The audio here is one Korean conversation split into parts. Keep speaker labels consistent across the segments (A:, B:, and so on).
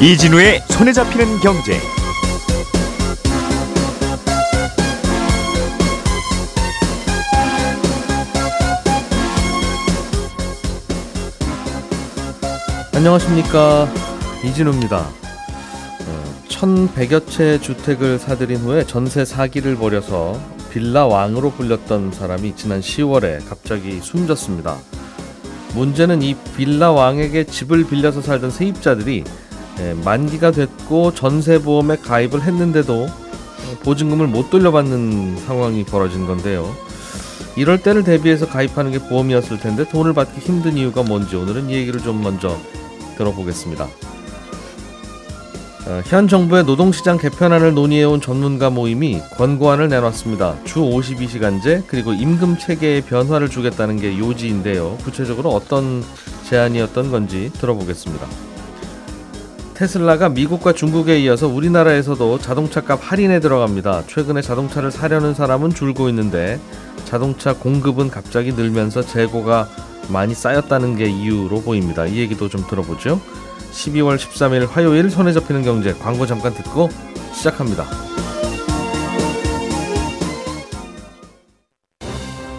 A: 이진우의 손에 잡히는 경제.
B: 안녕하십니까 이진우입니다. 어, 1100여 채 주택을 사들인 후에 전세 사기를 벌여서 빌라 왕으로 불렸던 사람이 지난 10월에 갑자기 숨졌습니다. 문제는 이 빌라 왕에게 집을 빌려서 살던 세입자들이 예, 만기가 됐고 전세 보험에 가입을 했는데도 어, 보증금을 못 돌려받는 상황이 벌어진 건데요. 이럴 때를 대비해서 가입하는 게 보험이었을 텐데 돈을 받기 힘든 이유가 뭔지 오늘은 이 얘기를 좀 먼저 들어보겠습니다. 어, 현 정부의 노동시장 개편안을 논의해온 전문가 모임이 권고안을 내놨습니다. 주 52시간제 그리고 임금 체계의 변화를 주겠다는 게 요지인데요. 구체적으로 어떤 제안이었던 건지 들어보겠습니다. 테슬라가 미국과 중국에 이어서 우리나라에서도 자동차 값 할인에 들어갑니다. 최근에 자동차를 사려는 사람은 줄고 있는데 자동차 공급은 갑자기 늘면서 재고가 많이 쌓였다는 게 이유로 보입니다. 이 얘기도 좀 들어보죠. 12월 13일 화요일 손에 잡히는 경제 광고 잠깐 듣고 시작합니다.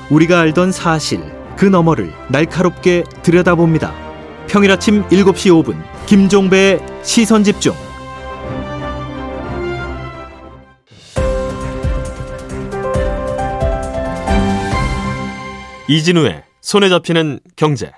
C: 우리가 알던 사실 그 너머를 날카롭게 들여다봅니다. 평일 아침 7시 5분 김종배의 시선 집중.
D: 이진우의 손에 잡히는 경제.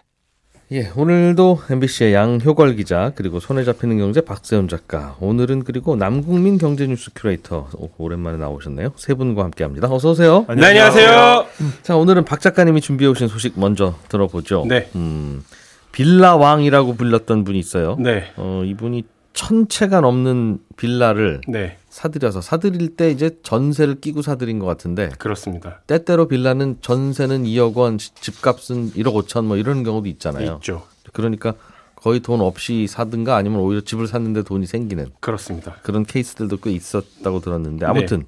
B: 예, 오늘도 MBC의 양효걸 기자 그리고 손에 잡히는 경제 박세훈 작가 오늘은 그리고 남국민 경제뉴스 큐레이터 오, 오랜만에 나오셨네요. 세 분과 함께합니다. 어서 오세요.
D: 네, 안녕하세요.
B: 자, 오늘은 박 작가님이 준비해 오신 소식 먼저 들어보죠.
D: 네.
B: 음, 빌라 왕이라고 불렸던 분이 있어요.
D: 네.
B: 어, 이분이 천 채가 넘는 빌라를
D: 네.
B: 사들여서 사들일 때 이제 전세를 끼고 사들인 것 같은데
D: 그렇습니다.
B: 때때로 빌라는 전세는 2억 원, 시- 집값은 1억 5천 뭐 이런 경우도 있잖아요.
D: 있죠.
E: 네.
B: 그러니까 거의 돈 없이 사든가 아니면 오히려 집을 샀는데 돈이 생기는
D: 그렇습니다.
B: 그런 케이스들도 꽤 있었다고 들었는데 아무튼
E: 네.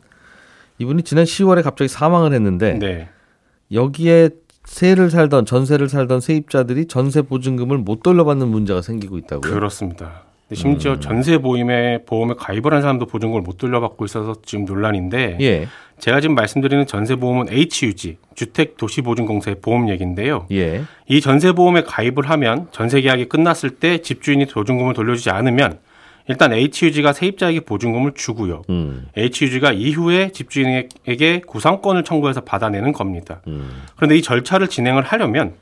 B: 이분이 지난 10월에 갑자기 사망을 했는데
D: 네.
B: 여기에 세를 살던 전세를 살던 세입자들이 전세 보증금을 못 돌려받는 문제가 생기고 있다고요.
E: 그렇습니다. 근데 심지어
D: 음.
E: 전세 보험에 보험에 가입을 한 사람도 보증금을 못 돌려받고 있어서 지금 논란인데
B: 예,
E: 제가 지금 말씀드리는 전세 보험은 HUG 주택 도시 보증 공사의 보험 얘기인데요.
B: 예,
E: 이 전세 보험에 가입을 하면 전세 계약이 끝났을 때 집주인이 보증금을 돌려주지 않으면 일단 HUG가 세입자에게 보증금을 주고요.
B: 음,
E: HUG가 이후에 집주인에게 구상권을 청구해서 받아내는 겁니다.
B: 음,
E: 그런데 이 절차를 진행을 하려면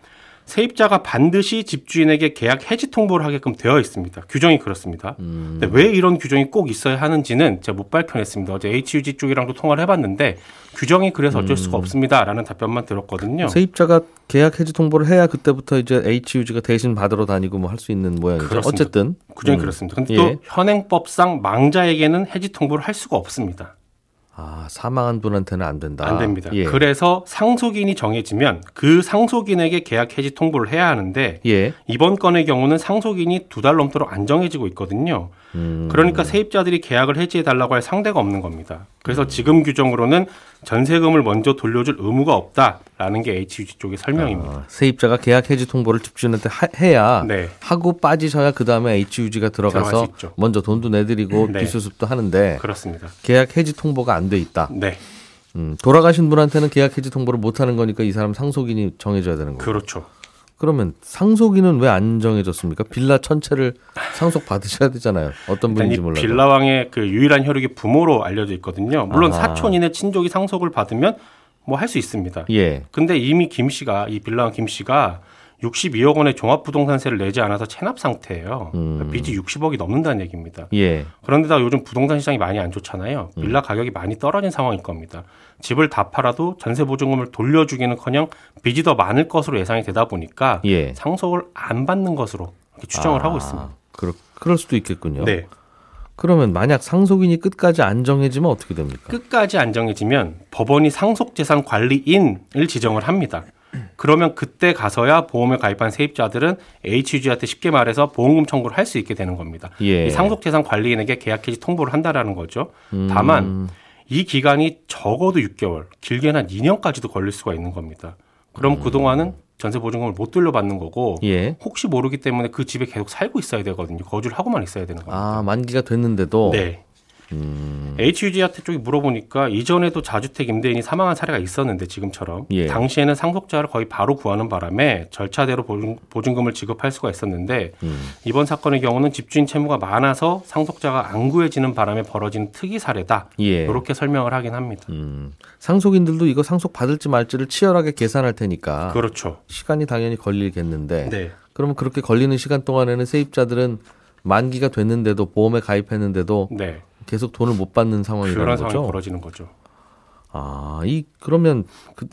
E: 세입자가 반드시 집주인에게 계약 해지 통보를 하게끔 되어 있습니다. 규정이 그렇습니다.
B: 음.
E: 근데 왜 이런 규정이 꼭 있어야 하는지는 제가 못 밝혀냈습니다. 어제 HUG 쪽이랑도 통화를 해봤는데 규정이 그래서 어쩔 수가 없습니다라는 답변만 들었거든요.
B: 음. 세입자가 계약 해지 통보를 해야 그때부터 이제 HUG가 대신 받으러 다니고 뭐 할 수 있는 모양이죠.
E: 그렇습니다.
B: 어쨌든
E: 규정이
B: 음.
E: 그렇습니다. 근데
B: 예.
E: 또 현행법상 망자에게는 해지 통보를 할 수가 없습니다.
B: 아 사망한 분한테는 안 된다.
E: 안 됩니다.
B: 예.
E: 그래서 상속인이 정해지면 그 상속인에게 계약 해지 통보를 해야 하는데
B: 예.
E: 이번 건의 경우는 상속인이 두 달 넘도록 안 정해지고 있거든요.
B: 음,
E: 그러니까 세입자들이 계약을 해지해달라고 할 상대가 없는 겁니다.
B: 음.
E: 그래서 지금 규정으로는 전세금을 먼저 돌려줄 의무가 없다라는 게 HUG 쪽의 설명입니다.
B: 아, 세입자가 계약 해지 통보를 집주인한테 하- 해야
E: 네.
B: 하고 빠지셔야 그 다음에 HUG가
E: 들어갈
B: 들어가서
E: 수 있죠.
B: 먼저 돈도 내드리고
E: 네.
B: 비수습도 하는데
E: 그렇습니다.
B: 계약 해지 통보가 안 돼 있다.
E: 네.
B: 음, 돌아가신 분한테는 계약 해지 통보를 못 하는 거니까 이 사람 상속인이 정해줘야 되는 거예요.
E: 그렇죠.
B: 그러면 상속인은 왜 안 정해졌습니까? 빌라 천체를 상속 받으셔야 되잖아요. 어떤
E: 일단 이
B: 분인지 몰라도.
E: 빌라왕의 그 유일한 혈육이 부모로 알려져 있거든요. 물론
B: 아하.
E: 사촌이나 친족이 상속을 받으면 뭐 할 수 있습니다.
B: 예.
E: 근데 이미 김 씨가 이 빌라왕 김 씨가 62억 원의 종합부동산세를 내지 않아서 체납 상태예요. 그러니까
B: 음.
E: 빚이 60억이 넘는다는 얘기입니다.
B: 예.
E: 그런데다 요즘 부동산 시장이 많이 안 좋잖아요.
B: 음.
E: 빌라 가격이 많이 떨어진 상황일 겁니다. 집을 다 팔아도 전세 보증금을 돌려주기는커녕 빚이 더 많을 것으로 예상이 되다 보니까
B: 예.
E: 상속을 안 받는 것으로 이렇게 추정을
B: 아,
E: 하고 있습니다.
B: 그렇, 그럴 수도 있겠군요.
E: 네,
B: 그러면 만약 상속인이 끝까지 안 정해지면 어떻게 됩니까?
E: 그러니까. 끝까지 안정해지면 법원이 상속재산 관리인을 지정을 합니다. 그러면 그때 가서야 보험에 가입한 세입자들은 HUG한테 쉽게 말해서 보험금 청구를 할 수 있게 되는 겁니다.
B: 예.
E: 이 상속재산 관리인에게 계약해지 통보를 한다라는 거죠.
B: 음.
E: 다만 이 기간이 적어도 6개월, 길게는 한 2년까지도 걸릴 수가 있는 겁니다. 그럼 그동안은 전세 보증금을 못 돌려받는 거고
B: 음. 예.
E: 혹시 모르기 때문에 그 집에 계속 살고 있어야 되거든요. 거주를 하고만 있어야 되는 겁니다.
B: 아 만기가 됐는데도
E: 네.
B: 음.
E: HUG한테 쪽이 물어보니까 이전에도 자주택 임대인이 사망한 사례가 있었는데 지금처럼
B: 예.
E: 당시에는 상속자를 거의 바로 구하는 바람에 절차대로 보증- 보증금을 지급할 수가 있었는데
B: 음.
E: 이번 사건의 경우는 집주인 채무가 많아서 상속자가 안 구해지는 바람에 벌어진 특이 사례다
B: 예.
E: 이렇게 설명을 하긴 합니다.
B: 음, 상속인들도 이거 상속 받을지 말지를 치열하게 계산할 테니까
E: 그렇죠.
B: 시간이 당연히 걸리겠는데
E: 네.
B: 그러면 그렇게 걸리는 시간 동안에는 세입자들은 만기가 됐는데도 보험에 가입했는데도
E: 네.
B: 계속 돈을 못 받는 어, 상황이라는
E: 그런
B: 거죠.
E: 상황이 벌어지는 거죠.
B: 아, 이 그러면 그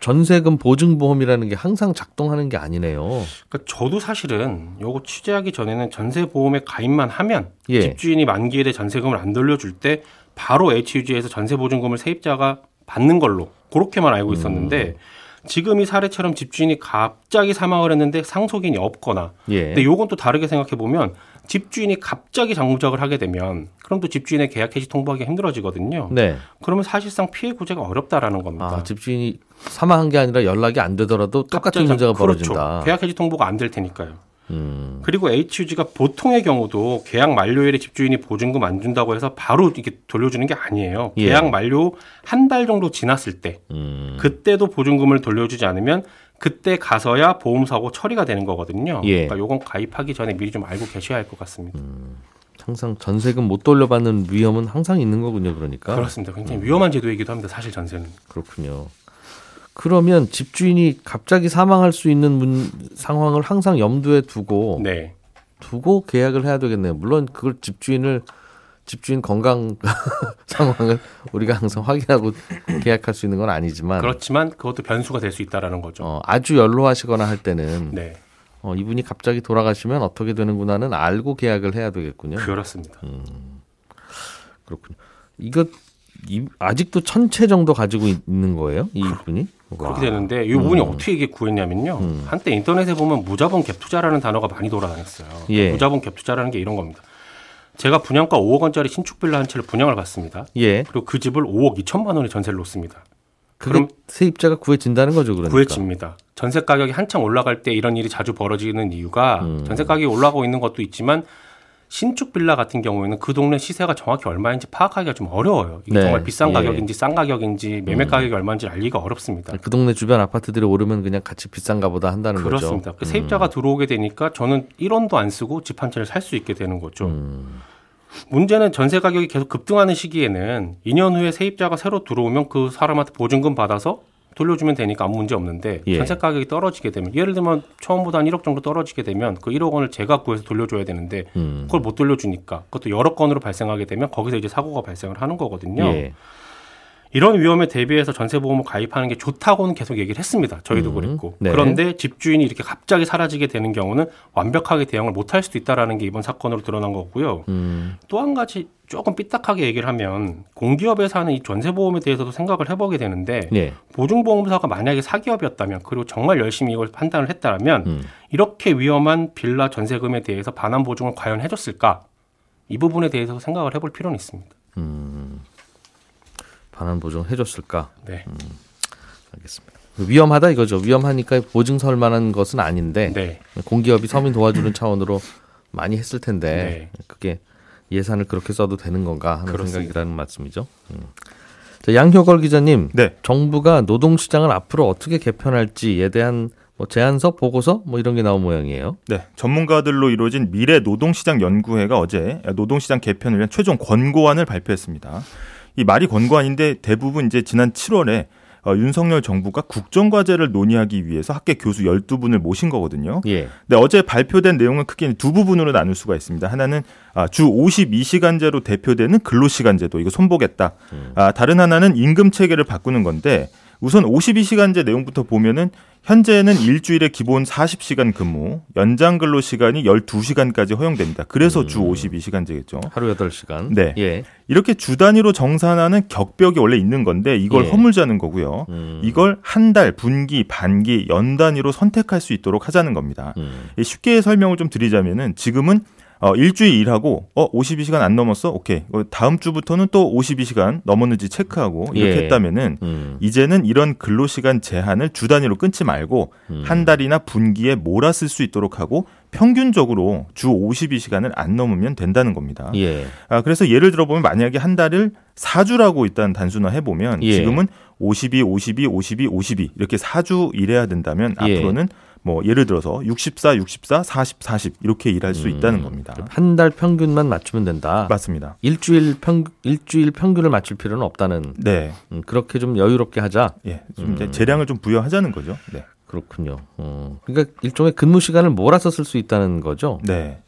B: 전세금 보증 보험이라는 게 항상 작동하는 게 아니네요.
E: 그러니까 저도 사실은 요거 취재하기 전에는 전세 보험에 가입만 하면
B: 예.
E: 집주인이 만기에 대해 전세금을 안 돌려줄 때 바로 HUG에서 전세 보증금을 세입자가 받는 걸로 그렇게만 알고
B: 음.
E: 있었는데 지금 이 사례처럼 집주인이 갑자기 사망을 했는데 상속인이 없거나
B: 예.
E: 근데 요건 또 다르게 생각해 보면 집주인이 갑자기 장부작을 하게 되면 그럼 또 집주인의 계약 해지 통보하기 가 힘들어지거든요.
B: 네.
E: 그러면 사실상 피해 구제가 어렵다라는 겁니다.
B: 아, 집주인이 사망한 게 아니라 연락이 안 되더라도 똑같은
E: 갑자기
B: 문제가
E: 자- 그렇죠.
B: 벌어진다. 음.
E: 계약 해지 통보가 안 될 테니까요. 그리고 HUG가 보통의 경우도 계약 만료일에 집주인이 보증금 안 준다고 해서 바로 이렇게 돌려주는 게 아니에요.
B: 예.
E: 계약 만료 한 달 정도 지났을 때
B: 음.
E: 그때도 보증금을 돌려주지 않으면 그때 가서야 보험 사고 처리가 되는 거거든요.
B: 예.
E: 그러니까 요건 가입하기 전에 미리 좀 알고 계셔야 할 것 같습니다.
B: 항상 전세금 못 돌려받는 위험은 항상 있는 거군요, 그러니까.
E: 그렇습니다. 굉장히 위험한 제도이기도 합니다. 사실 전세는.
B: 그렇군요. 그러면 집주인이 갑자기 사망할 수 있는 문- 상황을 항상 염두에 두고
E: 네.
B: 두고 계약을 해야 되겠네요. 물론 그걸 집주인을 집주인 건강 상황을 우리가 항상 확인하고 계약할 수 있는 건 아니지만
E: 그렇지만 그것도 변수가 될 수 있다라는 거죠.
B: 음. 어, 아주 연로하시거나 할 때는
E: 네.
B: 어, 이분이 갑자기 돌아가시면 어떻게 되는구나는 알고 계약을 해야 되겠군요.
E: 그렇습니다.
B: 그렇군요. 이거 이- 아직도 천채 정도 가지고 있- 있는 거예요, 이분이?
E: 그렇게 되는데 이 부분이
B: 음.
E: 어떻게 이게 구했냐면요. 한때 인터넷에 보면 무자본 갭 투자라는 단어가 많이 돌아다녔어요.
B: 예.
E: 무자본 갭 투자라는 게 이런 겁니다. 제가 분양가 5억 원짜리 신축 빌라 한 채를 분양을 받습니다.
B: 예.
E: 그리고 그 집을 5억 2천만 원에 전세를 놓습니다.
B: 그럼
E: 그럼-
B: 세입자가 구해진다는 거죠, 그러니까.
E: 구해집니다. 전세 가격이 한창 올라갈 때 이런 일이 자주 벌어지는 이유가
B: 음.
E: 전세 가격이 올라가고 있는 것도 있지만 신축 빌라 같은 경우에는 그 동네 시세가 정확히 얼마인지 파악하기가 좀 어려워요. 이게
B: 네.
E: 정말 비싼
B: 예. 음.
E: 가격인지 싼 가격인지 매매 가격이 얼마인지 알기가 어렵습니다.
B: 그 동네 주변 아파트들이 오르면 그냥 같이 비싼가 보다 한다는
E: 그렇습니다.
B: 거죠. 음.
E: 그 세입자가 들어오게 되니까 저는 1원도 안 쓰고 집 한 채를 살 수 있게 되는 거죠. 문제는 전세 가격이 계속 급등하는 시기에는 2년 후에 세입자가 새로 들어오면 그 사람한테 보증금 받아서 돌려주면 되니까 아무 문제 없는데
B: 예.
E: 전세 가격이 떨어지게 되면 예를 들면 처음보다 한 1억 정도 떨어지게 되면 그 1억 원을 제가 구해서 돌려줘야 되는데
B: 음.
E: 그걸 못 돌려주니까 그것도 여러 건으로 발생하게 되면 거기서 이제 사고가 발생을 하는 거거든요.
B: 예.
E: 이런 위험에 대비해서 전세보험을 가입하는 게 좋다고는 계속 얘기를 했습니다. 저희도 그랬고.
B: 네.
E: 그런데 집주인이 이렇게 갑자기 사라지게 되는 경우는 완벽하게 대응을 못할 수도 있다라는 게 이번 사건으로 드러난 거고요.
B: 음.
E: 또 한 가지 조금 삐딱하게 얘기를 하면 공기업에서 하는 이 전세보험에 대해서도 생각을 해보게 되는데
B: 예.
E: 보증보험사가 만약에 사기업이었다면 그리고 정말 열심히 이걸 판단을 했다면 이렇게 위험한 빌라 전세금에 대해서 반환 보증을 과연 해줬을까? 이 부분에 대해서 생각을 해볼 필요는 있습니다.
B: 반환 보증 해줬을까?
E: 네.
B: 알겠습니다. 위험하다 이거죠. 위험하니까 보증 설 만한 것은 아닌데
E: 네.
B: 공기업이 서민 도와주는 차원으로 많이 했을 텐데
E: 네.
B: 그게 예산을 그렇게 써도 되는 건가 하는
E: 그렇습니다.
B: 생각이라는 말씀이죠. 음. 자, 양효걸 기자님,
A: 네.
B: 정부가 노동시장을 앞으로 어떻게 개편할지에 대한 뭐 제안서, 보고서 뭐 이런 게 나온 모양이에요.
A: 네, 전문가들로 이루어진 미래 노동시장 연구회가 어제 노동시장 개편을 위한 최종 권고안을 발표했습니다. 이 말이 권고안인데 대부분 이제 지난 7월에 어, 윤석열 정부가 국정과제를 논의하기 위해서 학계 교수 12분을 모신 거거든요.
B: 예,
A: 네, 어제 발표된 내용은 크게 두 부분으로 나눌 수가 있습니다. 하나는 아, 주 52시간제로 대표되는 근로시간제도 이거 손보겠다. 아, 다른 하나는 임금 체계를 바꾸는 건데 우선 52시간제 내용부터 보면은 현재는 일주일에 기본 40시간 근무, 연장 근로 시간이 12시간까지 허용됩니다. 그래서 주 52시간제겠죠.
B: 하루 8시간.
A: 네.
B: 예.
A: 이렇게 주 단위로 정산하는 격벽이 원래 있는 건데 이걸
B: 예. 음.
A: 허물자는 거고요. 이걸 한 달, 분기, 반기, 연 단위로 선택할 수 있도록 하자는 겁니다.
B: 음.
A: 이 쉽게 설명을 좀 드리자면은 지금은 어, 일주일 일하고 어 52시간 안 넘었어? 오케이. 어, 다음 주부터는 또 52시간 넘었는지 체크하고 이렇게
B: 예.
A: 했다면은
B: 음.
A: 이제는 이런 근로시간 제한을 주 단위로 끊지 말고 한 달이나 분기에 몰아 쓸 수 있도록 하고 평균적으로 주 52시간을 안 넘으면 된다는 겁니다.
B: 예.
A: 아, 그래서 예를 들어보면 만약에 한 달을 4주라고 일단 단순화 해보면
B: 예.
A: 지금은 52, 52, 52, 52 이렇게 4주 일해야 된다면
B: 예.
A: 앞으로는 뭐 예를 들어서 64, 64, 40, 40 이렇게 일할
B: 음.
A: 수 있다는 겁니다.
B: 한 달 평균만 맞추면 된다.
A: 맞습니다.
B: 일주일 평 일주일 평균을 맞출 필요는 없다는
A: 네.
B: 음, 그렇게 좀 여유롭게 하자.
A: 예. 좀
B: 음.
A: 이제 재량을 좀 부여하자는 거죠. 네.
B: 그렇군요. 어, 그러니까 일종의 근무 시간을 몰아서 쓸 수 있다는 거죠.
A: 네.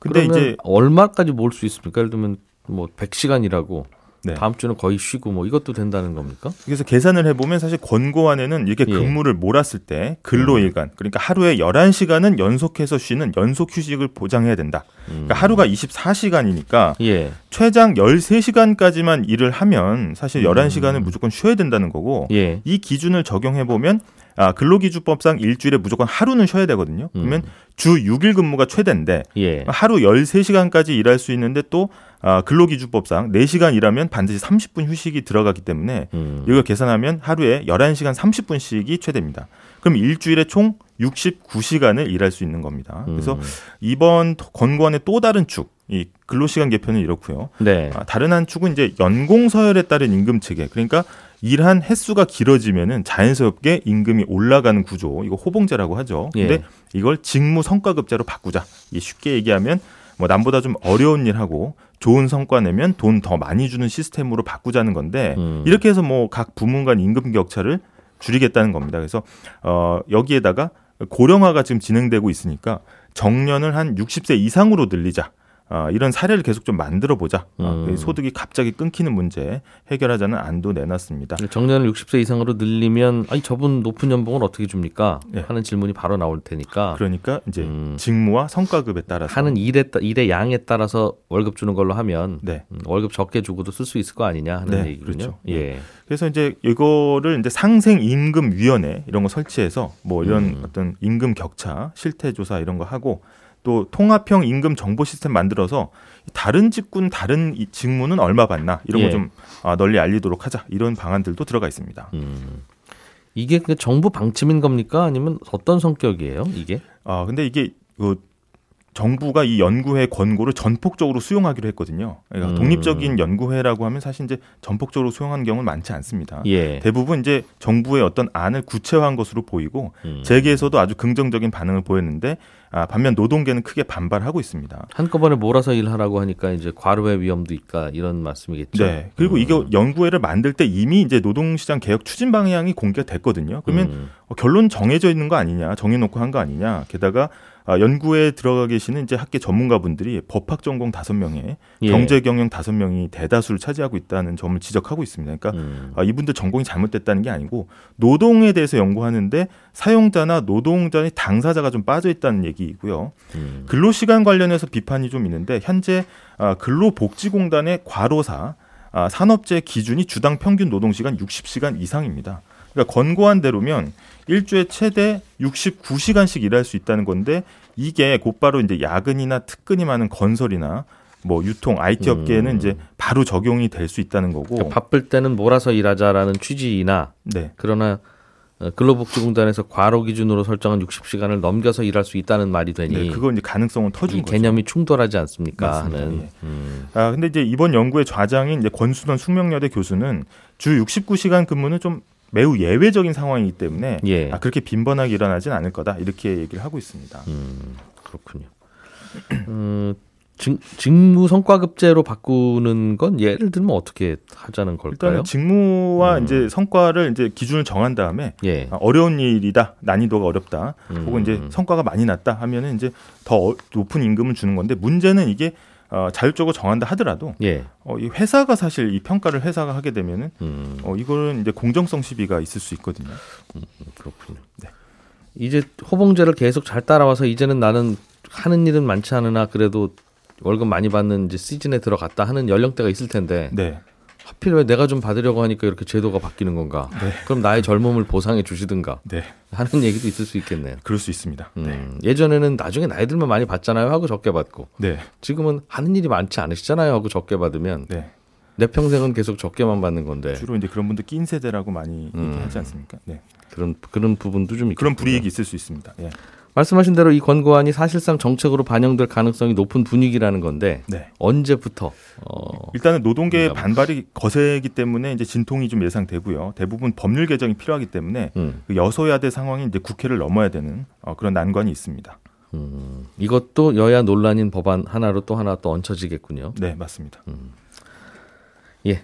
A: 근데
B: 그러면
A: 이제
B: 얼마까지 모을 수 있습니까? 예를 들면 뭐 100시간이라고
A: 네.
B: 다음 주는 거의 쉬고 뭐 이것도 된다는 겁니까?
A: 그래서 계산을 해보면 사실 권고안에는 이렇게
B: 예. 음.
A: 근무를 몰았을 때 근로일간 그러니까 하루에 11시간은 연속해서 쉬는 연속 휴식을 보장해야 된다. 그러니까 하루가 24시간이니까
B: 음. 예.
A: 최장 13시간까지만 일을 하면 사실 11시간은 무조건 쉬어야 된다는 거고
B: 음. 예.
A: 이 기준을 적용해 보면 아, 근로기준법상 일주일에 무조건 하루는 쉬어야 되거든요. 그러면 주 6일 근무가 최대인데
B: 음. 예.
A: 하루 13시간까지 일할 수 있는데 또 아, 근로기준법상 4시간 일하면 반드시 30분 휴식이 들어가기 때문에
B: 음.
A: 이걸 계산하면 하루에 11시간 30분씩이 최대입니다. 그럼 일주일에 총 69시간을 일할 수 있는
B: 음.
A: 겁니다. 그래서 이번 권고안의 또 다른 축, 이 근로시간 개편은 이렇고요.
B: 네.
A: 아, 다른 한 축은 이제 연공 서열에 따른 임금 체계. 그러니까 일한 횟수가 길어지면은 자연스럽게 임금이 올라가는 구조. 이거 호봉제라고 하죠. 근데
B: 예.
A: 이걸 직무 성과급제로 바꾸자. 이 쉽게 얘기하면 뭐 남보다 좀 어려운 일하고 좋은 성과 내면 돈 더 많이 주는 시스템으로 바꾸자는 건데
B: 음.
A: 이렇게 해서 뭐 각 부문 간 임금 격차를 줄이겠다는 겁니다. 그래서 어 여기에다가 고령화가 지금 진행되고 있으니까 정년을 한 60세 이상으로 늘리자. 아, 이런 사례를 계속 좀 만들어 보자. 아,
B: 음.
A: 소득이 갑자기 끊기는 문제 해결하자는 안도 내놨습니다.
B: 정년을 60세 이상으로 늘리면 아니 저분 높은 연봉을 어떻게 줍니까?
A: 예.
B: 하는 질문이 바로 나올 테니까
A: 그러니까 이제
B: 아. 음.
A: 직무와 성과급에 따라서
B: 하는 일에 따- 일의 양에 따라서 월급 주는 걸로 하면
A: 네.
B: 음, 월급 적게 주고도 쓸 수 있을 거 아니냐 하는
A: 네,
B: 얘기군요.
A: 그렇죠.
B: 예.
A: 그래서 이제 이거를 이제 상생 임금 위원회 이런 거 설치해서 뭐
B: 음.
A: 이런 어떤 임금 격차 실태 조사 이런 거 하고 또 통합형 임금 정보 시스템 만들어서 다른 직군 다른 이 직무는 얼마 받나 이런
B: 예.
A: 거 좀 아, 널리 알리도록 하자 이런 방안들도 들어가 있습니다.
B: 음. 이게 그 정부 방침인 겁니까? 아니면 어떤 성격이에요? 이게?
A: 아 근데 이게 그 정부가 이 연구회 권고를 전폭적으로 수용하기로 했거든요. 그러니까
B: 음.
A: 독립적인 연구회라고 하면 사실 이제 전폭적으로 수용한 경우는 많지 않습니다.
B: 예.
A: 대부분 이제 정부의 어떤 안을 구체화한 것으로 보이고
B: 음.
A: 재계에서도 아주 긍정적인 반응을 보였는데 아, 반면 노동계는 크게 반발하고 있습니다.
B: 한꺼번에 몰아서 일하라고 하니까 이제 과로의 위험도 있다 이런 말씀이겠죠. 음.
A: 네. 그리고 이게 연구회를 만들 때 이미 이제 노동시장 개혁 추진 방향이 공개가 됐거든요. 그러면
B: 음.
A: 어, 결론 정해져 있는 거 아니냐, 정해놓고 한 거 아니냐. 게다가 아, 연구에 들어가 계시는 이제 학계 전문가분들이 법학 전공 다섯 명에
B: 예.
A: 경제 경영 다섯 명이 대다수를 차지하고 있다는 점을 지적하고 있습니다. 그러니까
B: 음.
A: 아, 이분들 전공이 잘못됐다는 게 아니고 노동에 대해서 연구하는데 사용자나 노동자의 당사자가 좀 빠져 있다는 얘기이고요.
B: 음.
A: 근로시간 관련해서 비판이 좀 있는데 현재 아, 근로복지공단의 과로사 아, 산업재 기준이 주당 평균 노동시간 60시간 이상입니다. 그러니까 권고한 대로면 일주에 최대 69시간씩 일할 수 있다는 건데 이게 곧바로 이제 야근이나 특근이 많은 건설이나 뭐 유통 IT 업계에는 이제 바로 적용이 될 수 있다는 거고
B: 음. 그러니까 바쁠 때는 몰아서 일하자라는 취지이나
A: 네.
B: 그러나 어, 근로복지공단에서 과로 기준으로 설정한 60시간을 넘겨서 일할 수 있다는 말이 되니
A: 네, 그거 이제 가능성은
B: 이
A: 터준 거죠.
B: 개념이 충돌하지 않습니까?
A: 맞습니다.
B: 하는 음.
A: 예. 아 근데 이제 이번 연구의 좌장인 이제 권순원 숙명여대 교수는 주 69시간 근무는 좀 매우 예외적인 상황이기 때문에
B: 예.
A: 아, 그렇게 빈번하게 일어나진 않을 거다 이렇게 얘기를 하고 있습니다.
B: 음, 그렇군요. 음, 직, 직무 성과급제로 바꾸는 건 예를 들면 어떻게 하자는 걸까요? 음.
A: 일단은 직무와 이제 성과를 이제 기준을 정한 다음에
B: 예. 음.
A: 아, 어려운 일이다 난이도가 어렵다 혹은 이제 성과가 많이 났다 하면은 이제 더 어- 높은 임금을 주는 건데 문제는 이게 어, 자율적으로 정한다 하더라도
B: 예.
A: 어, 이 회사가 사실 이 평가를 회사가 하게 되면은
B: 음.
A: 어, 이거는 이제 공정성 시비가 있을 수 있거든요.
B: 그렇군요.
A: 네.
B: 이제 호봉제를 계속 잘 따라와서 이제는 나는 하는 일은 많지 않으나 그래도 월급 많이 받는 이제 시즌에 들어갔다 하는 연령대가 있을 텐데
A: 네.
B: 하필 왜 내가 좀 받으려고 하니까 이렇게 제도가 바뀌는 건가? 그럼 나의 젊음을 보상해 주시든가
A: 네,
B: 하는 얘기도 있을 수 있겠네요.
A: 그럴 수 있습니다. 네.
B: 음, 예전에는 나중에 나이 들면 많이 받잖아요 하고 적게 받고
A: 네,
B: 지금은 하는 일이 많지 않으시잖아요 하고 적게 받으면
A: 네.
B: 내 평생은 계속 적게만 받는 건데
A: 주로 이제 그런 분들 낀 세대라고 많이
B: 네. 음.
A: 얘기하지 않습니까? 네.
B: 그런 그런 부분도 좀 있고
A: 그런 불이익이 있을 수 있습니다. 예.
B: 말씀하신 대로 이 권고안이 사실상 정책으로 반영될 가능성이 높은 분위기라는 건데
A: 네.
B: 언제부터 어,
A: 일단은 노동계의
B: 그러니까
A: 반발이 거세기 때문에 이제 진통이 좀 예상되고요. 대부분 법률 개정이 필요하기 때문에
B: 음,
A: 그 여소야대 상황이 이제 국회를 넘어야 되는 어, 그런 난관이 있습니다.
B: 이것도 여야 논란인 법안 하나로 또 하나 또 얹혀지겠군요.
A: 네, 맞습니다.
B: 예,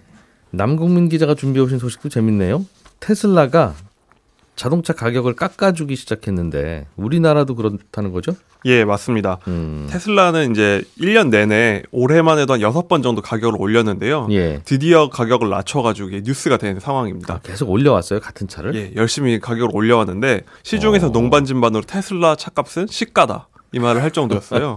B: 남국민 기자가 준비해 오신 소식도 재밌네요. 테슬라가 자동차 가격을 깎아주기 시작했는데 우리나라도 그렇다는 거죠?
F: 예, 맞습니다.
B: 음,
F: 테슬라는 이제 1년 내내 올해만 해도 한 6번 정도 가격을
A: 아,
F: 올렸는데요.
A: 네.
B: 예, 아,
F: 드디어 가격을 낮춰가지고 이게 뉴스가 된 상황입니다.
B: 계속 올려왔어요 같은 차를.
F: 예, 열심히 가격을 올려왔는데 시중에서
B: 어.
F: 농반진반으로 테슬라 차값은 시가다 이 말을 할 정도였어요.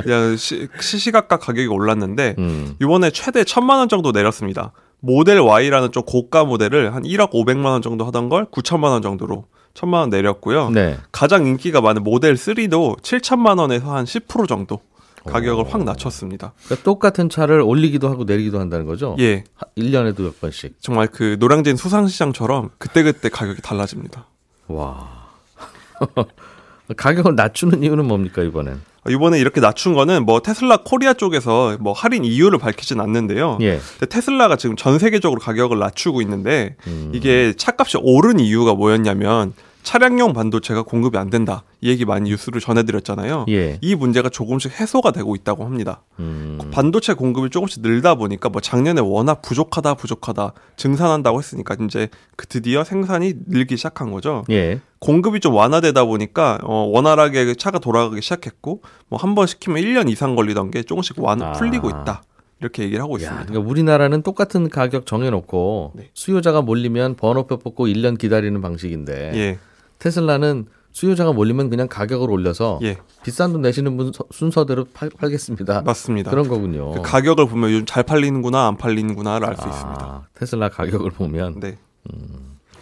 F: 그냥 시, 시각각 가격이 올랐는데
B: 음,
F: 이번에 최대 천만 원 정도 내렸습니다. 모델 Y라는 좀 고가 모델을 한 1억 500만 원 정도 하던 걸 9천만 원 정도로 천만 원 내렸고요.
B: 네.
F: 가장 인기가 많은 모델 3도 7천만 원에서 한 10% 정도 가격을
B: 어.
F: 확 낮췄습니다.
B: 그러니까 똑같은 차를 올리기도 하고 내리기도 한다는 거죠?
F: 예,
B: 1년에도 몇 번씩.
F: 정말 그 노량진 수상시장처럼 그때그때 가격이 달라집니다.
B: 와. 가격을 낮추는 이유는 뭡니까 이번엔?
F: 이번에 이렇게 낮춘 거는 뭐 테슬라 코리아 쪽에서 뭐 할인 이유를 밝히진 않는데요.
B: 예.
F: 근데 테슬라가 지금 전 세계적으로 가격을 낮추고 있는데
B: 음.
F: 이게 차값이 오른 이유가 뭐였냐면 차량용 반도체가 공급이 안 된다. 이 얘기 많이 뉴스로 전해드렸잖아요.
B: 예.
F: 이 문제가 조금씩 해소가 되고 있다고 합니다.
B: 음.
F: 반도체 공급이 조금씩 늘다 보니까 뭐 작년에 워낙 부족하다 부족하다 증산한다고 했으니까 이제 그 드디어 생산이 늘기 시작한 거죠.
B: 예.
F: 공급이 좀 완화되다 보니까 어, 원활하게 차가 돌아가기 시작했고 뭐 한 번 시키면 1년 이상 걸리던 게 조금씩 완
B: 아.
F: 풀리고 있다. 이렇게 얘기를 하고
B: 야,
F: 있습니다.
B: 그러니까 우리나라는 똑같은 가격 정해놓고
F: 네.
B: 수요자가 몰리면 번호표 뽑고 1년 기다리는 방식인데
F: 예.
B: 테슬라는 수요자가 몰리면 그냥 가격을 올려서
F: 예.
B: 비싼 돈 내시는 분 서- 순서대로 팔, 겠습니다
F: 맞습니다.
B: 그런 거군요.
F: 그 가격을 보면 요즘 잘 팔리는구나 안 팔리는구나를 알 수 있습니다.
B: 아, 테슬라 가격을 보면
F: 네.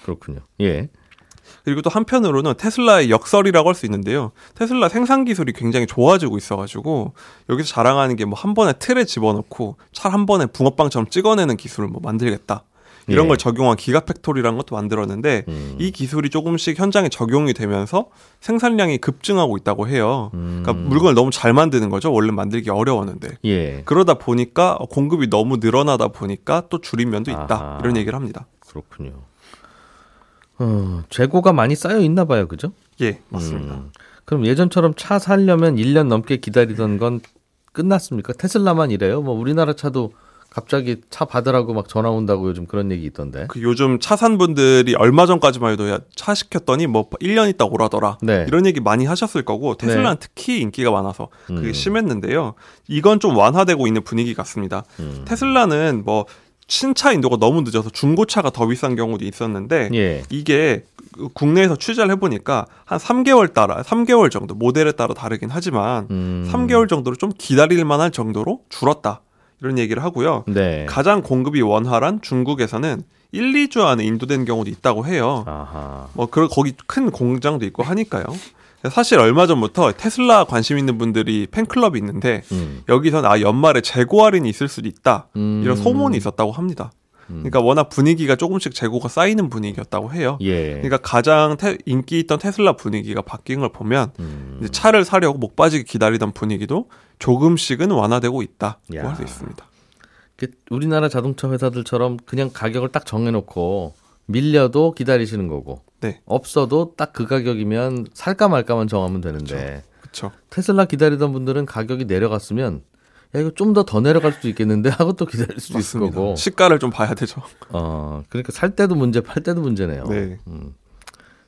B: 그렇군요. 예.
F: 그리고 또 한편으로는 테슬라의 역설이라고 할 수 있는데요. 테슬라 생산 기술이 굉장히 좋아지고 있어가지고 여기서 자랑하는 게 뭐 한 번에 틀에 집어넣고 차 한 번에 붕어빵처럼 찍어내는 기술을 뭐 만들겠다. 이런
B: 예.
F: 걸 적용한 기가팩토리라는 것도 만들었는데
B: 음.
F: 이 기술이 조금씩 현장에 적용이 되면서 생산량이 급증하고 있다고 해요. 그러니까
B: 음.
F: 물건을 너무 잘 만드는 거죠. 원래 만들기 어려웠는데.
B: 예.
F: 그러다 보니까 공급이 너무 늘어나다 보니까 또 줄인 면도 있다.
B: 아하.
F: 이런 얘기를 합니다.
B: 그렇군요. 어, 재고가 많이 쌓여 있나 봐요. 그죠?
F: 예, 맞습니다.
B: 음. 그럼 예전처럼 차 살려면 1년 넘게 기다리던 건 끝났습니까? 테슬라만 이래요? 뭐 우리나라 차도 갑자기 차 받으라고 막 전화 온다고 요즘 그런 얘기 있던데.
F: 그 요즘 차산 분들이 얼마 전까지만 해도 야, 차 시켰더니 뭐 1년 있다 오라더라.
B: 네.
F: 이런 얘기 많이 하셨을 거고 테슬라는 특히 인기가 많아서 그게
B: 음.
F: 심했는데요. 이건 좀 완화되고 있는 분위기 같습니다.
B: 음.
F: 테슬라는 뭐 신차 인도가 너무 늦어서 중고차가 더 비싼 경우도 있었는데
B: 예.
F: 이게 그 국내에서 취재를 해보니까 한 3개월 따라 3개월 정도 모델에 따라 다르긴 하지만
B: 음.
F: 3개월 정도로 좀 기다릴 만한 정도로 줄었다 이런 얘기를 하고요.
B: 네.
F: 가장 공급이 원활한 중국에서는 1, 2주 안에 인도된 경우도 있다고 해요.
B: 아하.
F: 뭐 그런 거기 큰 공장도 있고 하니까요. 사실 얼마 전부터 테슬라 관심 있는 분들이 팬클럽이 있는데
B: 음.
F: 여기선 아 연말에 재고 할인이 있을 수도 있다
B: 음.
F: 이런 소문이 있었다고 합니다. 그러니까 워낙 분위기가 조금씩 재고가 쌓이는 분위기였다고 해요.
B: 예.
F: 그러니까 가장 테- 인기 있던 테슬라 분위기가 바뀐 걸 보면
B: 음.
F: 이제 차를 사려고 목 빠지게 기다리던 분위기도 조금씩은 완화되고 있다고
B: 야.
F: 할 수 있습니다.
B: 그 우리나라 자동차 회사들처럼 그냥 가격을 딱 정해놓고 밀려도 기다리시는 거고
F: 네.
B: 없어도 딱 그 가격이면 살까 말까만 정하면 되는데
F: 그렇죠.
B: 테슬라 기다리던 분들은 가격이 내려갔으면 야 이거 좀 더 더 내려갈 수도 있겠는데 하고 또 기다릴 수도 있을 거고
F: 시가를 좀 봐야 되죠.
B: 어 그러니까 살 때도 문제 팔 때도 문제네요
F: 네.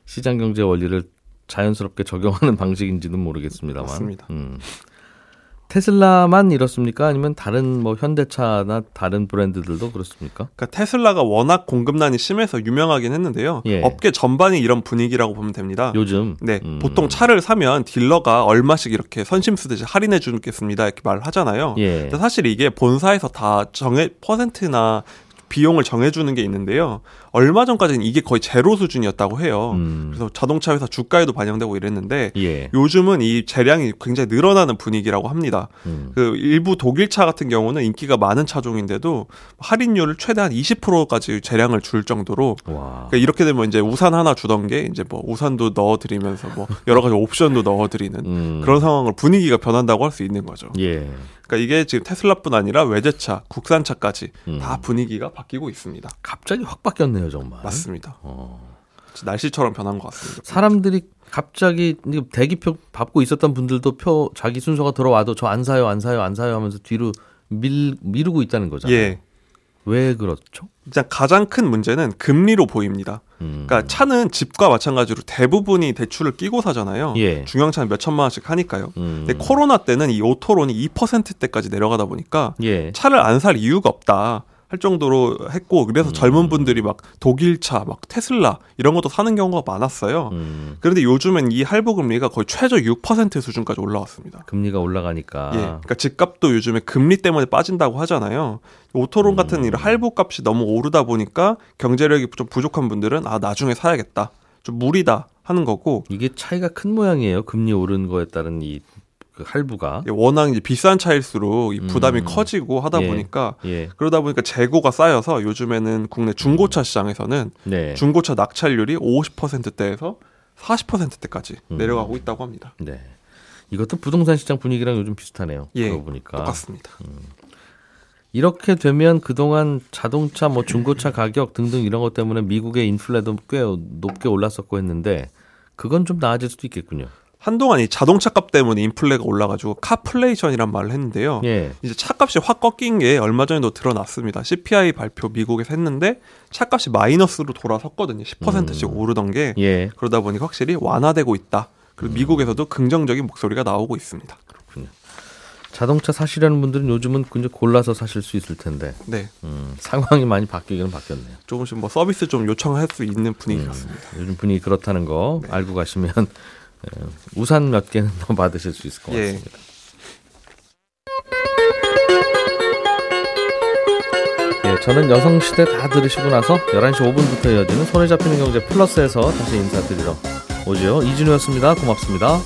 B: 시장 경제 원리를 자연스럽게 적용하는 방식인지는 모르겠습니다만
F: 맞습니다.
B: 음. 테슬라만 이렇습니까 아니면 다른 뭐 현대차나 다른 브랜드들도 그렇습니까
F: 그러니까 테슬라가 워낙 공급난이 심해서 유명하긴 했는데요.
B: 예.
F: 업계 전반이 이런 분위기라고 보면 됩니다.
B: 요즘
F: 네,
B: 음.
F: 보통 차를 사면 딜러가 얼마씩 이렇게 선심쓰듯이 할인해 주겠습니다 이렇게 말을 하잖아요.
B: 예.
F: 근데 사실 이게 본사에서 다 정해 퍼센트나 비용을 정해주는 게 있는데요. 얼마 전까지는 이게 거의 제로 수준이었다고 해요.
B: 음.
F: 그래서 자동차 회사 주가에도 반영되고 이랬는데
B: 예.
F: 요즘은 이 재량이 굉장히 늘어나는 분위기라고 합니다.
B: 음.
F: 그 일부 독일차 같은 경우는 인기가 많은 차종인데도 할인율을 최대한 20%까지 재량을 줄 정도로
B: 와.
F: 그러니까 이렇게 되면 이제 우산 하나 주던 게 이제 뭐 우산도 넣어드리면서 뭐 여러 가지 옵션도 넣어드리는
B: 음.
F: 그런 상황을 분위기가 변한다고 할 수 있는 거죠.
B: 예.
F: 그러니까 이게 지금 테슬라뿐 아니라 외제차, 국산차까지
B: 음.
F: 다 분위기가 바뀌고 있습니다.
B: 갑자기 확 바뀌었네요, 정말.
F: 맞습니다.
B: 어.
F: 날씨처럼 변한 것 같습니다.
B: 사람들이 갑자기 대기표 받고 있었던 분들도 표 자기 순서가 들어와도 저 안 사요, 안 사요, 안 사요 하면서 뒤로 밀 미루고 있다는 거잖아요.
F: 예.
B: 왜 그렇죠?
F: 일단 가장 큰 문제는 금리로 보입니다.
B: 음.
F: 그러니까 차는 집과 마찬가지로 대부분이 대출을 끼고 사잖아요.
B: 예.
F: 중형차는 몇 천만 원씩 하니까요.
B: 음.
F: 근데 코로나 때는 이 오토론이 2%대까지 내려가다 보니까
B: 예.
F: 차를 안 살 이유가 없다 할 정도로 했고
B: 음.
F: 그래서 젊은 분들이 막 독일차, 막 테슬라 이런 것도 사는 경우가 많았어요.
B: 음.
F: 그런데 요즘엔 이 할부 금리가 거의 최저 6% 수준까지 올라왔습니다.
B: 금리가 올라가니까
F: 예, 그러니까 집값도 요즘에 금리 때문에 빠진다고 하잖아요. 오토론
B: 음.
F: 같은 이런 할부 값이 너무 오르다 보니까 경제력이 좀 부족한 분들은 아 나중에 사야겠다, 좀 무리다 하는 거고
B: 이게 차이가 큰 모양이에요. 금리 오른 거에 따른 이그 할부가.
F: 예, 워낙 이제 비싼 차일수록 이 부담이 커지고 하다
B: 음. 예.
F: 보니까
B: 예.
F: 그러다 보니까 재고가 쌓여서 요즘에는 국내 중고차 시장에서는
B: 네.
F: 중고차 낙찰률이 50%대에서 40%대까지
B: 음.
F: 내려가고 있다고 합니다.
B: 네. 이것도 부동산 시장 분위기랑 요즘 비슷하네요.
F: 예,
B: 그러고 보니까
F: 똑같습니다.
B: 이렇게 되면 그동안 자동차 뭐 중고차 가격 등등 이런 것 때문에 미국의 인플레도 꽤 높게 올랐었고 했는데 그건 좀 나아질 수도 있겠군요.
F: 한동안 이 자동차 값 때문에 인플레가 올라가지고 카플레이션이란 말을 했는데요.
B: 예.
F: 이제 차값이 확 꺾인 게 얼마 전에도 드러났습니다. CPI 발표 미국에서 했는데 차값이 마이너스로 돌아섰거든요. 10%씩 오르던 게
B: 예.
F: 그러다 보니 확실히 완화되고 있다. 그리고 미국에서도 긍정적인 목소리가 나오고 있습니다.
B: 자동차 사시려는 분들은 요즘은 그냥 골라서 사실 수 있을 텐데
F: 네,
B: 음, 상황이 많이 바뀌기는 바뀌었네요.
F: 조금씩 뭐 서비스 좀 요청할 수 있는 분위기 같습니다.
B: 예, 요즘 분위기 그렇다는 거 알고 가시면 에, 우산 몇 개는 더 받으실 수 있을 것
F: 예.
B: 같습니다. 예, 저는 여성시대 다 들으시고 나서 11시 5분부터 이어지는 손에 잡히는 경제 플러스에서 다시 인사드리러 오죠. 이진우였습니다. 고맙습니다.